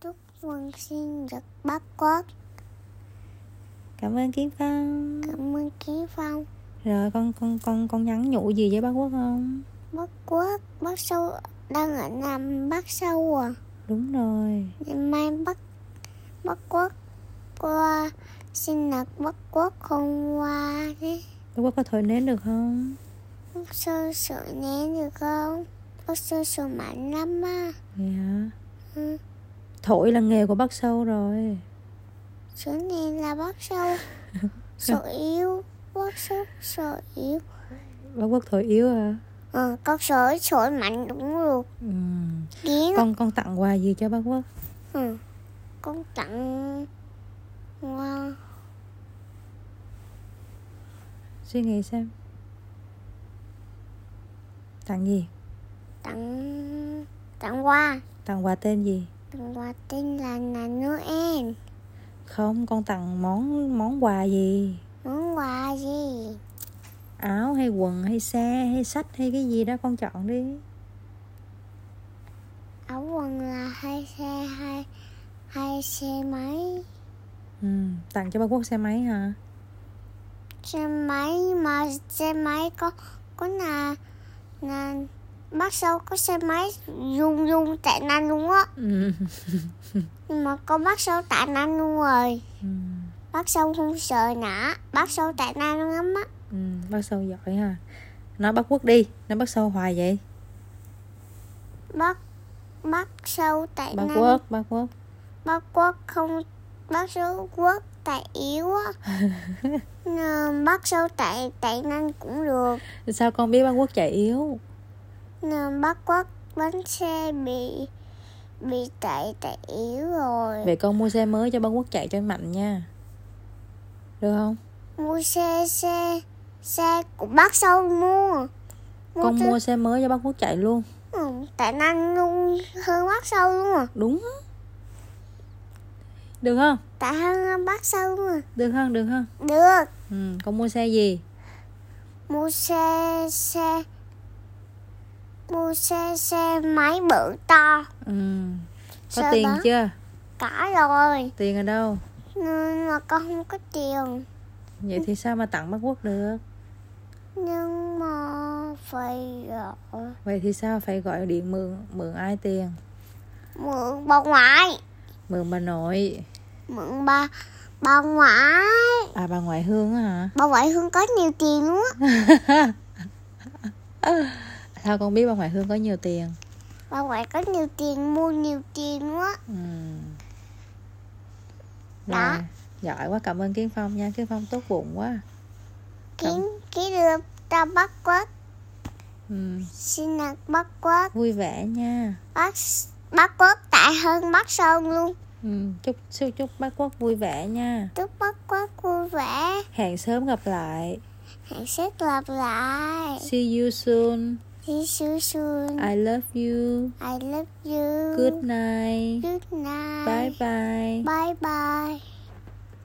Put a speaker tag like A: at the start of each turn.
A: chúc mừng sinh nhật bác Quốc
B: cảm ơn kiến phong
A: cảm ơn Ký Phong
B: rồi con con con con nhắn nhủ gì với bác quốc không
A: bác Quốc bác sâu đang ở Nam bác sâu à
B: đúng rồi
A: ngày mai bác bác Quốc qua sinh nhật bác Quốc không qua đấy
B: bác quốc có thổi nến được không
A: bác sơ sợ né được không bác sơ sợ mạnh lắm á
B: dạ
A: ừ.
B: thổi là nghề của bác sâu rồi
A: sợ này là bác sâu sợ yếu bác sơ sợ yếu
B: bác quốc thổi yếu à
A: ờ con sợ sợ mạnh đúng rồi
B: ừ.
A: kiến
B: con con tặng quà gì cho bác quốc
A: Ừ. Con tặng hoa
B: suy nghĩ xem tặng gì
A: tặng tặng hoa
B: tặng quà tên gì
A: tặng hoa tên là là Noel
B: không con tặng món món quà gì
A: món quà gì
B: áo hay quần hay xe hay sách hay cái gì đó con chọn đi
A: áo quần là hai xe hai hai xe máy
B: ừ. tặng cho bác quốc xe máy hả
A: xe máy mà xe máy có có là là bác sâu có xe máy dùng dùng tệ nan luôn á
B: ừ.
A: nhưng mà con bác sâu tệ nan luôn rồi
B: Ừ.
A: bác sâu không sợ nữa bác sâu tệ nan luôn lắm á
B: Ừ. bác sâu giỏi ha nói bác quốc đi nói bác sâu hoài vậy
A: bác bác sâu tại
B: bác
A: Nam
B: quốc bác quốc
A: bác quốc không bác sâu quốc tại yếu á Nờ, bác sâu tại tại Nam cũng được
B: sao con biết bác quốc chạy yếu
A: Nờ, bác quốc bánh xe bị bị tại tại yếu rồi
B: vậy con mua xe mới cho bác quốc chạy cho mạnh nha được không
A: mua xe xe xe của bác sâu mua
B: con
A: từ-
B: mua xe mới cho bác quốc chạy luôn
A: ừ, tại Nam luôn hơn bác sâu luôn à
B: đúng được không
A: tại hơn bác sâu luôn à
B: được không được không
A: được
B: ừ. con mua xe gì
A: mua xe xe mua xe xe máy bự to
B: ừ. có
A: Sao
B: tiền
A: bác?
B: chưa
A: cả rồi
B: tiền ở đâu
A: nhưng mà con không có tiền
B: vậy thì sao mà tặng bác quốc được
A: nhưng mà phải ờ, gọi
B: vậy thì sao phải gọi điện mượn mượn ai tiền
A: mượn bà ngoại
B: mượn bà nội
A: mượn bà bà ngoại
B: à bà ngoại hương á hả
A: bà ngoại không có nhiều tiền luôn á
B: sao con biết bà ngoại hương có nhiều tiền
A: bà ngoại có nhiều tiền mua nhiều tiền luôn á
B: ừ.
A: Đó.
B: Rồi, giỏi quá cảm ơn kiến phong nha kiến phong tốt bụng quá
A: kiến ký được ta bắt quất
B: ừ.
A: xin đặt bắt quất
B: vui vẻ nha
A: bắt bắt quất tại hơn bắt sơn luôn
B: ừ. chúc siêu chúc bác quốc vui vẻ nha
A: chúc bắt quất vui vẻ
B: hẹn sớm gặp lại
A: Hãy xếp lặp lại
B: see you soon
A: See you soon
B: I love you
A: I love you
B: good night
A: Good night
B: bye bye
A: Bye bye